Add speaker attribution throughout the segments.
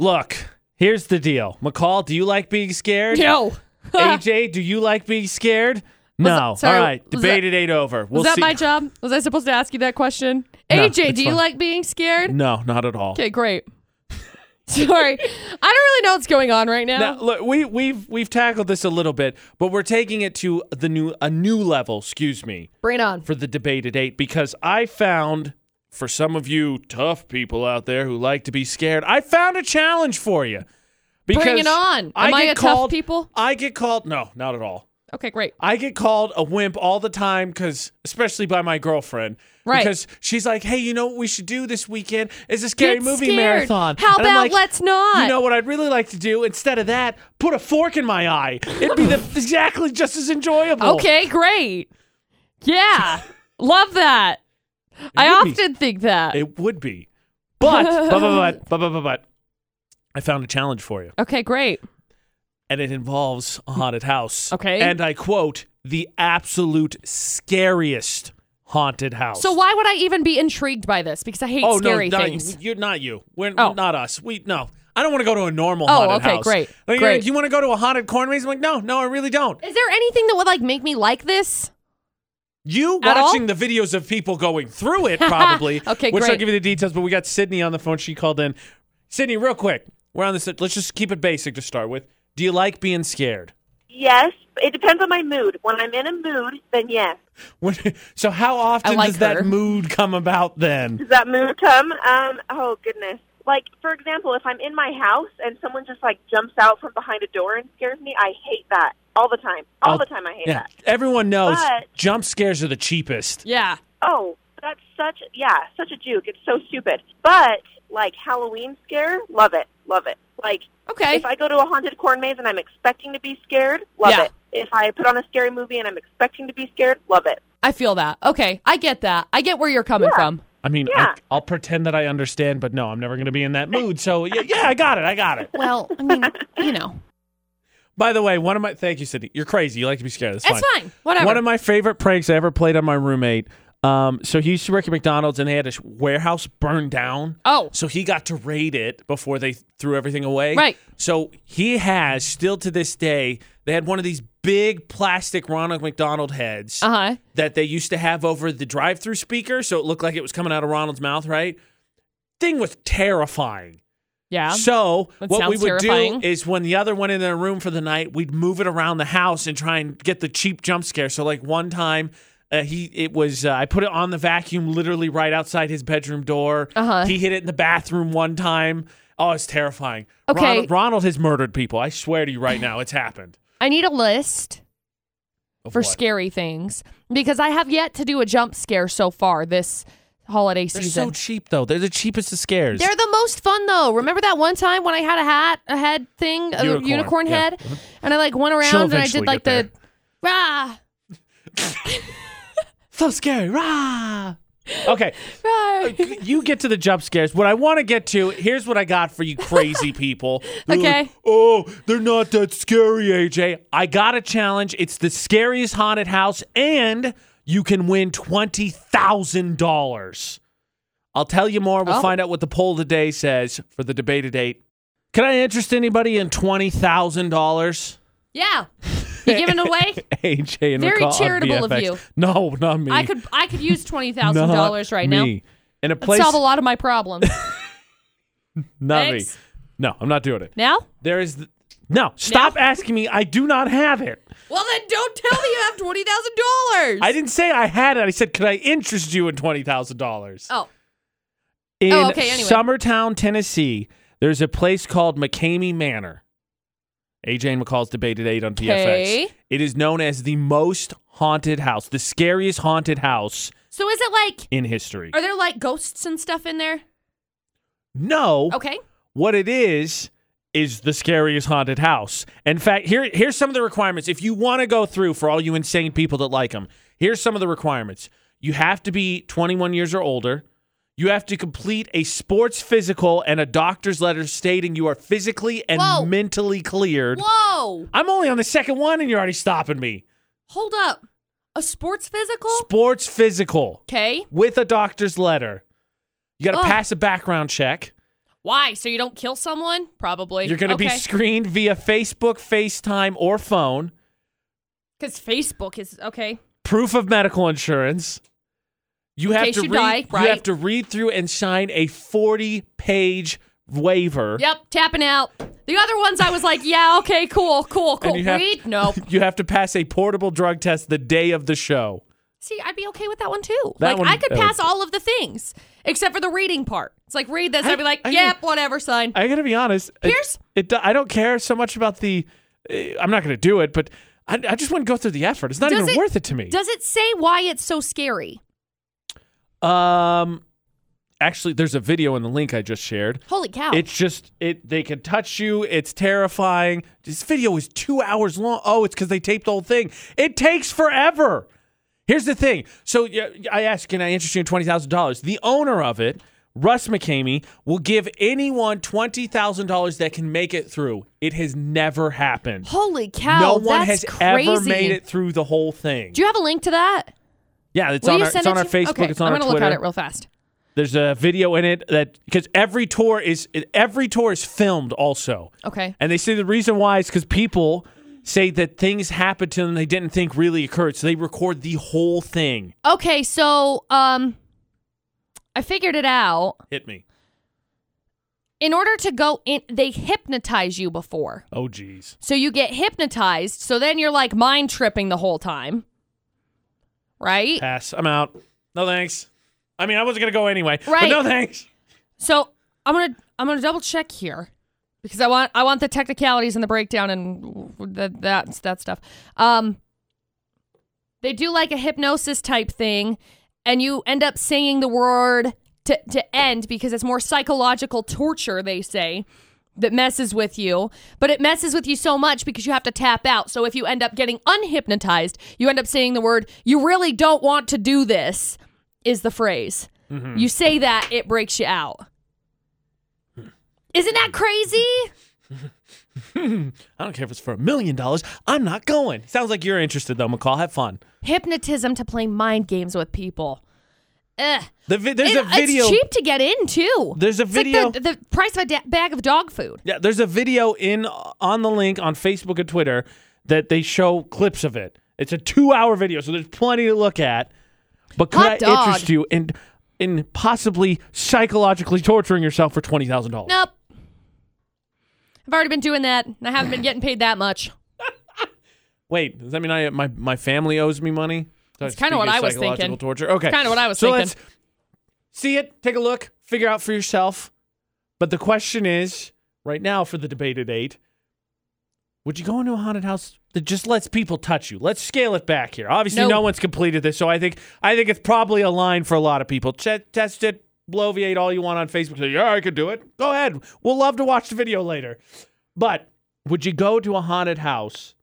Speaker 1: Look, here's the deal. McCall, do you like being scared?
Speaker 2: No.
Speaker 1: AJ, do you like being scared? No.
Speaker 2: that- sorry,
Speaker 1: All right.
Speaker 2: was
Speaker 1: Debated ain't over. We'll
Speaker 2: Was that
Speaker 1: see.
Speaker 2: my job? Was I supposed to ask you that question?
Speaker 1: No,
Speaker 2: AJ,
Speaker 1: it's
Speaker 2: do you
Speaker 1: fine.
Speaker 2: like being scared?
Speaker 1: no, not at all.
Speaker 2: Okay, great. Sorry. I don't really know what's going on right now.
Speaker 1: Now, look, we we've we've tackled this a little bit, but we're taking it to the new a new level, excuse me,
Speaker 2: Bring it on.
Speaker 1: for the debate at 8 because I found for some of you tough people out there who like to be scared, I found a challenge for you. Because
Speaker 2: Bring it on. Am I
Speaker 1: get
Speaker 2: a tough
Speaker 1: called-
Speaker 2: people?
Speaker 1: I get called no, not at all.
Speaker 2: Okay, great.
Speaker 1: I get called a wimp all the time because, especially by my girlfriend,
Speaker 2: Right.
Speaker 1: Because she's like, "Hey, you know what we should do this weekend is a scary
Speaker 2: Get
Speaker 1: movie
Speaker 2: scared.
Speaker 1: marathon."
Speaker 2: How
Speaker 1: And I'm
Speaker 2: about
Speaker 1: like,
Speaker 2: let's not?
Speaker 1: You know what I'd really like to do instead of that? Put a fork in my eye. It'd be the, exactly just as enjoyable.
Speaker 2: Okay, great. Yeah. Love that. I
Speaker 1: would be-
Speaker 2: often think that.
Speaker 1: it would be, but but but but but but but I found a challenge for you,
Speaker 2: okay, great.
Speaker 1: and it involves a haunted house.
Speaker 2: Okay.
Speaker 1: and I quote the absolute scariest haunted house.
Speaker 2: So why would I even be intrigued by this? Because I hate
Speaker 1: Oh
Speaker 2: scary
Speaker 1: no, not-
Speaker 2: things.
Speaker 1: you're not you. We're
Speaker 2: Oh.
Speaker 1: not us. We no. I don't want to go to a normal
Speaker 2: Oh,
Speaker 1: haunted
Speaker 2: okay,
Speaker 1: house.
Speaker 2: great,
Speaker 1: Like,
Speaker 2: great.
Speaker 1: You want to go to a haunted corn maze? I'm like, no, no, I really don't.
Speaker 2: Is there anything that would like make me like this?
Speaker 1: You
Speaker 2: At all?
Speaker 1: watching the videos of people going through it probably.
Speaker 2: Okay,
Speaker 1: which I'll
Speaker 2: great.
Speaker 1: give you the details. But we got Sydney on the phone. She called in. Sydney, real quick. We're on this. Let's just keep it basic to start with. Do you like being scared?
Speaker 3: Yes, it depends on my mood. When I'm in a mood, then yes.
Speaker 1: When, so how often
Speaker 2: like
Speaker 1: does that
Speaker 2: her.
Speaker 1: mood come about then?
Speaker 3: Does that mood come? Um, oh goodness. Like for example, if I'm in my house and someone just like jumps out from behind a door and scares me, I hate that all the time. All
Speaker 1: I'll-
Speaker 2: Oh,
Speaker 3: the time, I hate
Speaker 1: Yeah,
Speaker 3: that.
Speaker 1: everyone knows
Speaker 3: But-
Speaker 1: jump scares are the cheapest.
Speaker 2: Yeah.
Speaker 3: Oh, that's such yeah, such a juke. It's so stupid. But like Halloween scare, love it, love it. Like
Speaker 2: Okay.
Speaker 3: if I go to a haunted corn maze and I'm expecting to be scared, love
Speaker 2: Yeah.
Speaker 3: it. If I put on a scary movie and I'm expecting to be scared, love it.
Speaker 2: I feel that. Okay. I get that. I get where you're coming from.
Speaker 1: I mean,
Speaker 3: Yeah.
Speaker 1: I, I'll pretend that I understand, but no, I'm never going to be in that mood. So yeah, yeah, I got it. I got it.
Speaker 2: Well, I mean, you know.
Speaker 1: By the way, one of my thank you, Sydney. You're crazy. You like to be scared. That's
Speaker 2: It's fine. Whatever.
Speaker 1: One of my favorite pranks I ever played on my roommate. Um, so he used to work at McDonald's, and they had a sh- warehouse burned down.
Speaker 2: Oh.
Speaker 1: So he got to raid it before they threw everything away.
Speaker 2: Right.
Speaker 1: So he has still to this day. They had one of these big plastic Ronald McDonald heads
Speaker 2: Uh-huh.
Speaker 1: that they used to have over the drive-through speaker, so it looked like it was coming out of Ronald's mouth. Right. Thing was terrifying.
Speaker 2: Yeah.
Speaker 1: So
Speaker 2: That
Speaker 1: what we
Speaker 2: sounds
Speaker 1: would
Speaker 2: terrifying.
Speaker 1: do is when the other went in their room for the night, we'd move it around the house and try and get the cheap jump scare. So like one time. Uh, he it was uh, I put it on the vacuum literally right outside his bedroom door.
Speaker 2: Uh-huh.
Speaker 1: He hit it in the bathroom one time. Oh, it's terrifying.
Speaker 2: Okay.
Speaker 1: Ronald, Ronald has murdered people. I swear to you right now, it's happened.
Speaker 2: I need a list
Speaker 1: Of
Speaker 2: for
Speaker 1: what?
Speaker 2: scary things because I have yet to do a jump scare so far this holiday
Speaker 1: They're
Speaker 2: season.
Speaker 1: so cheap though. They're the cheapest of scares.
Speaker 2: They're the most fun though. Remember that one time when I had a hat, a head thing, a
Speaker 1: Unicorn,
Speaker 2: unicorn,
Speaker 1: yeah. Uh-huh.
Speaker 2: head, and I like went
Speaker 1: She'll
Speaker 2: around and I did
Speaker 1: eventually
Speaker 2: like
Speaker 1: get
Speaker 2: the rah,
Speaker 1: so scary. Rah. Okay.
Speaker 2: rah.
Speaker 1: you get to the jump scares. What I want to get to, here's what I got for you crazy people. They're
Speaker 2: Okay.
Speaker 1: like, oh, they're not that scary, AJ. I got a challenge. It's the scariest haunted house, and you can win $20,000. I'll tell you more. We'll
Speaker 2: Oh.
Speaker 1: find out what the poll of the day says for the debate at 8. Can I interest anybody in $20,000?
Speaker 2: Yeah, you giving it away?
Speaker 1: AJ and
Speaker 2: Very
Speaker 1: McCall on
Speaker 2: charitable of
Speaker 1: VFX.
Speaker 2: you.
Speaker 1: No, not me.
Speaker 2: I could I could use twenty thousand dollars right now.
Speaker 1: me. In a
Speaker 2: That'd
Speaker 1: place,
Speaker 2: Solve a lot of my problems.
Speaker 1: not
Speaker 2: Thanks.
Speaker 1: me. No, I'm not doing it.
Speaker 2: now?
Speaker 1: There is th- no. Stop asking me. I do not have it.
Speaker 2: Well then, don't tell me you have twenty thousand dollars.
Speaker 1: I didn't say I had it. I said, could I interest you in twenty thousand dollars?
Speaker 2: Oh,
Speaker 1: In
Speaker 2: oh, okay, anyway.
Speaker 1: Summertown, Tennessee, there's a place called McCamey Manor. AJ and McCall's debated eight on PFX.
Speaker 2: Okay.
Speaker 1: It is known as the most haunted house, the scariest haunted house
Speaker 2: so is it like?
Speaker 1: in history.
Speaker 2: Are there like ghosts and stuff in there?
Speaker 1: No,
Speaker 2: Okay.
Speaker 1: what it is is the scariest haunted house. In fact, here here's some of the requirements. If you want to go through for all you insane people that like them, here's some of the requirements. You have to be 21 years or older. You have to complete a sports physical and a doctor's letter stating you are physically and
Speaker 2: Whoa.
Speaker 1: mentally cleared.
Speaker 2: Whoa!
Speaker 1: I'm only on the second one and you're already stopping me.
Speaker 2: Hold up. A sports physical?
Speaker 1: Sports physical
Speaker 2: Okay.
Speaker 1: with a doctor's letter. You got to
Speaker 2: Ugh.
Speaker 1: pass a background check.
Speaker 2: Why? So you don't kill someone? Probably.
Speaker 1: You're going to be screened via Facebook, FaceTime, or phone.
Speaker 2: because Facebook is okay.
Speaker 1: Proof of medical insurance. You have
Speaker 2: case
Speaker 1: to
Speaker 2: you
Speaker 1: read.
Speaker 2: die,
Speaker 1: You
Speaker 2: right?
Speaker 1: have to read through and sign a 40-page waiver.
Speaker 2: Yep, tapping out. The other ones, I was like, yeah, okay, cool, cool, cool.
Speaker 1: you have-
Speaker 2: Read? No.
Speaker 1: You have to pass a portable drug test the day of the show.
Speaker 2: See, I'd be okay with that one too.
Speaker 1: That
Speaker 2: like,
Speaker 1: one-
Speaker 2: I could
Speaker 1: uh,
Speaker 2: pass all of the things except for the reading part. It's like read this.
Speaker 1: I-
Speaker 2: I, would be like,
Speaker 1: I-
Speaker 2: yep, whatever. Sign.
Speaker 1: I gotta be honest. it-
Speaker 2: Here's-
Speaker 1: it. do- I don't care so much about the. uh, I'm not gonna do it, but I, I just wouldn't go through the effort. It's not
Speaker 2: Does
Speaker 1: even
Speaker 2: it-
Speaker 1: worth it to me.
Speaker 2: Does it say why it's so scary?
Speaker 1: um, actually, there's a video in the link I just shared.
Speaker 2: Holy cow!
Speaker 1: It's just it. They can touch you. It's terrifying. This video is two hours long. Oh, it's because they taped the whole thing. It takes forever. Here's the thing. So yeah, I asked, can I interest you in twenty thousand dollars? The owner of it, Russ McCamey, will give anyone twenty thousand dollars that can make it through. It has never happened.
Speaker 2: Holy cow!
Speaker 1: no one
Speaker 2: that's
Speaker 1: has
Speaker 2: crazy.
Speaker 1: ever made it through the whole thing.
Speaker 2: Do you have a link to that?
Speaker 1: yeah, it's
Speaker 2: Will
Speaker 1: on
Speaker 2: you
Speaker 1: our
Speaker 2: send
Speaker 1: it's on
Speaker 2: it
Speaker 1: our
Speaker 2: to-
Speaker 1: Facebook.
Speaker 2: Okay,
Speaker 1: It's on
Speaker 2: I'm
Speaker 1: our
Speaker 2: gonna
Speaker 1: Twitter.
Speaker 2: look at it real fast.
Speaker 1: There's a video in it that because every tour is every tour is filmed also.
Speaker 2: Okay.
Speaker 1: And they say the reason why is because people say that things happened to them they didn't think really occurred. So they record the whole thing.
Speaker 2: Okay, so um, I figured it out.
Speaker 1: Hit me.
Speaker 2: In order to go in, they hypnotize you before.
Speaker 1: Oh, geez.
Speaker 2: So you get hypnotized. So then you're like mind tripping the whole time. Right?
Speaker 1: Pass. I'm out. No thanks. I mean, I wasn't going to go anyway. But
Speaker 2: Right.
Speaker 1: no thanks.
Speaker 2: So I'm going to I'm going to double check here because I want I want the technicalities and the breakdown and that that that stuff. Um they do like a hypnosis type thing and you end up singing the word to to end because it's more psychological torture they say that messes with you, but it messes with you so much because you have to tap out. So if you end up getting unhypnotized, you end up saying the word, you really don't want to do this, is the phrase. You say that, it breaks you out. Isn't that crazy?
Speaker 1: Hmm. I don't care if it's for a million dollars. I'm not going. Sounds like you're interested, though, McCall. Have fun.
Speaker 2: Hypnotism to play mind games with people. Ugh.
Speaker 1: The vi- there's
Speaker 2: It-
Speaker 1: a video.
Speaker 2: It's cheap to get in, too.
Speaker 1: There's a
Speaker 2: It's like
Speaker 1: video-
Speaker 2: the, the price of a da- bag of dog food.
Speaker 1: Yeah, there's a video in on the link on Facebook and Twitter that they show clips of it. It's a two-hour video, so there's plenty to look at. But could
Speaker 2: Hot
Speaker 1: I
Speaker 2: dog.
Speaker 1: interest you in in possibly psychologically torturing yourself for twenty thousand dollars?
Speaker 2: Nope. I've already been doing that, and I haven't been getting paid that much.
Speaker 1: Wait, does that mean I my my family owes me money? That's
Speaker 2: kinda what I was thinking.
Speaker 1: Torture. Okay,
Speaker 2: kinda what I was
Speaker 1: so
Speaker 2: thinking.
Speaker 1: Let's see it, take a look, figure out for yourself. But the question is, right now for the debate at eight, would you go into a haunted house that just lets people touch you? Let's scale it back here. Obviously,
Speaker 2: No.
Speaker 1: no one's completed this, so I think I think it's probably a line for a lot of people. Ch- test it, bloviate all you want on Facebook. Say, yeah, I could do it. Go ahead. We'll love to watch the video later. But would you go to a haunted house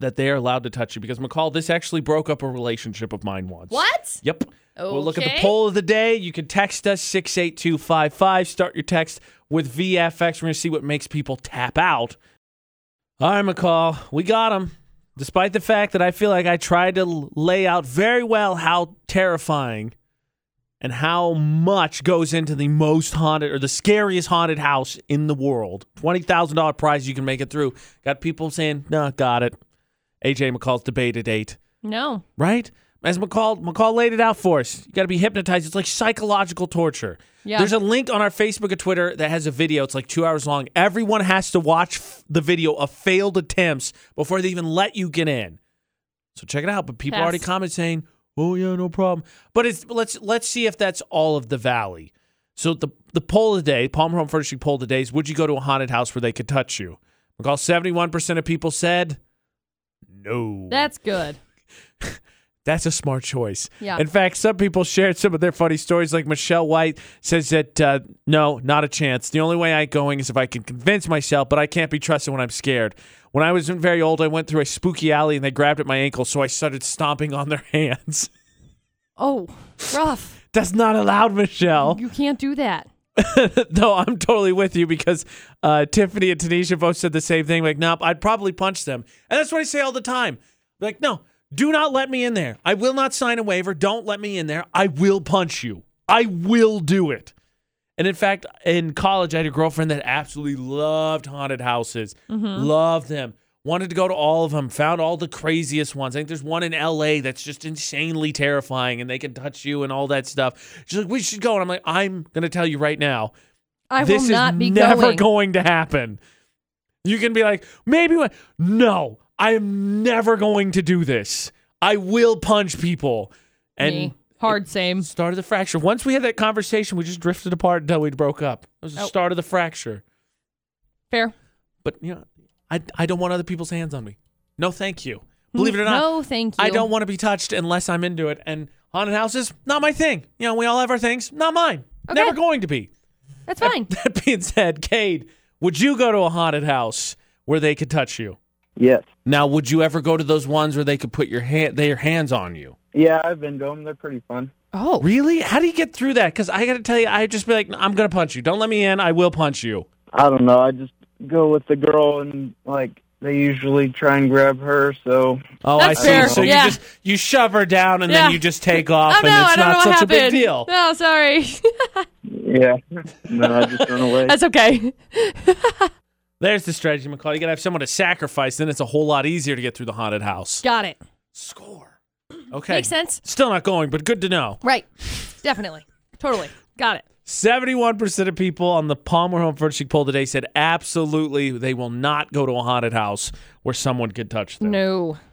Speaker 1: that they are allowed to touch you? Because McCall, this actually broke up a relationship of mine once.
Speaker 2: What?
Speaker 1: Yep. We'll look at the
Speaker 2: Okay.
Speaker 1: poll of the day. You can text us 68255. Start your text with VFX. We're going to see what makes people tap out. All right, McCall, we got him. Despite the fact that I feel like I tried to l- lay out very well how terrifying and how much goes into the most haunted or the scariest haunted house in the world. $20,000 prize you can make it through. Got people saying, no, got it. AJ McCall's debate at 8
Speaker 2: No.
Speaker 1: right? As McCall McCall laid it out for us, you got to be hypnotized. It's like psychological torture.
Speaker 2: Yeah.
Speaker 1: There's a link on our Facebook and Twitter that has a video. It's like two hours long. Everyone has to watch f- the video of failed attempts before they even let you get in. So check it out. But people
Speaker 2: Pass.
Speaker 1: already comment saying, "Oh yeah, no problem." But it's let's let's see if that's all of the valley. So the the poll of the day, Palmer Home Furnishing poll of the day is: Would you go to a haunted house where they could touch you? McCall, seventy-one percent of people said no.
Speaker 2: That's good.
Speaker 1: That's a smart choice.
Speaker 2: Yeah.
Speaker 1: In fact, some people shared some of their funny stories. Like Michelle White says that uh, no, not a chance. The only way I ain't going is if I can convince myself, but I can't be trusted when I'm scared. When I was very old, I went through a spooky alley and they grabbed at my ankle, so I started stomping on their hands.
Speaker 2: Oh, rough.
Speaker 1: That's not allowed, Michelle.
Speaker 2: You can't do that.
Speaker 1: no, I'm totally with you because uh, Tiffany and Tanisha both said the same thing. Like, nope, I'd probably punch them. And that's what I say all the time. Like, no, do not let me in there. I will not sign a waiver. Don't let me in there. I will punch you. I will do it. And in fact, in college, I had a girlfriend that absolutely loved haunted houses, loved them, wanted to go to all of them, found all the craziest ones. I think there's one in LA that's just insanely terrifying and they can touch you and all that stuff. She's like, we should go. And I'm like, I'm going to tell you right now,
Speaker 2: I
Speaker 1: this
Speaker 2: will not
Speaker 1: is
Speaker 2: be
Speaker 1: never
Speaker 2: going.
Speaker 1: to happen. You can be like, maybe when. No, I am never going to do this. I will punch people. And
Speaker 2: Me. hard same.
Speaker 1: started the fracture. Once we had that conversation, we just drifted apart until we broke up. It was the
Speaker 2: Oh.
Speaker 1: start of the fracture.
Speaker 2: Fair.
Speaker 1: But you know, I I don't want other people's hands on me. No, thank you. Believe it or not,
Speaker 2: No, thank you.
Speaker 1: I don't want to be touched unless I'm into it. And haunted houses, not my thing. You know, we all have our things. Not mine.
Speaker 2: Okay.
Speaker 1: Never going to be.
Speaker 2: That's fine.
Speaker 1: That being said, Cade, would you go to a haunted house where they could touch you?
Speaker 4: Yes.
Speaker 1: Now, would you ever go to those ones where they could put your hand, their hands on you?
Speaker 4: Yeah, I've been to them. They're pretty fun.
Speaker 2: Oh,
Speaker 1: Really? How do you get through that? Because I got to tell you, I'd just be like, I'm going to punch you. Don't let me in. I will punch you.
Speaker 4: I don't know. I just go with the girl and like they usually try and grab her. So
Speaker 1: Oh,
Speaker 2: That's
Speaker 1: I see.
Speaker 2: fair.
Speaker 1: So
Speaker 2: Yeah.
Speaker 1: you just you shove her down and
Speaker 2: Yeah.
Speaker 1: then you just take off,
Speaker 2: oh
Speaker 1: and
Speaker 2: no, I
Speaker 1: it's
Speaker 2: don't know
Speaker 1: not
Speaker 2: what
Speaker 1: such
Speaker 2: happened.
Speaker 1: a big deal.
Speaker 2: No, sorry.
Speaker 4: yeah, then I just run away.
Speaker 2: That's okay.
Speaker 1: There's the strategy, McCall. You got to have someone to sacrifice. Then it's a whole lot easier to get through the haunted house.
Speaker 2: Got it.
Speaker 1: Score. Okay.
Speaker 2: Makes sense.
Speaker 1: Still not going, but good to know.
Speaker 2: Right. Definitely. Totally. Got it.
Speaker 1: 71% of people on the Palmer Home Furnishing poll today said absolutely they will not go to a haunted house where someone could touch them.
Speaker 2: No.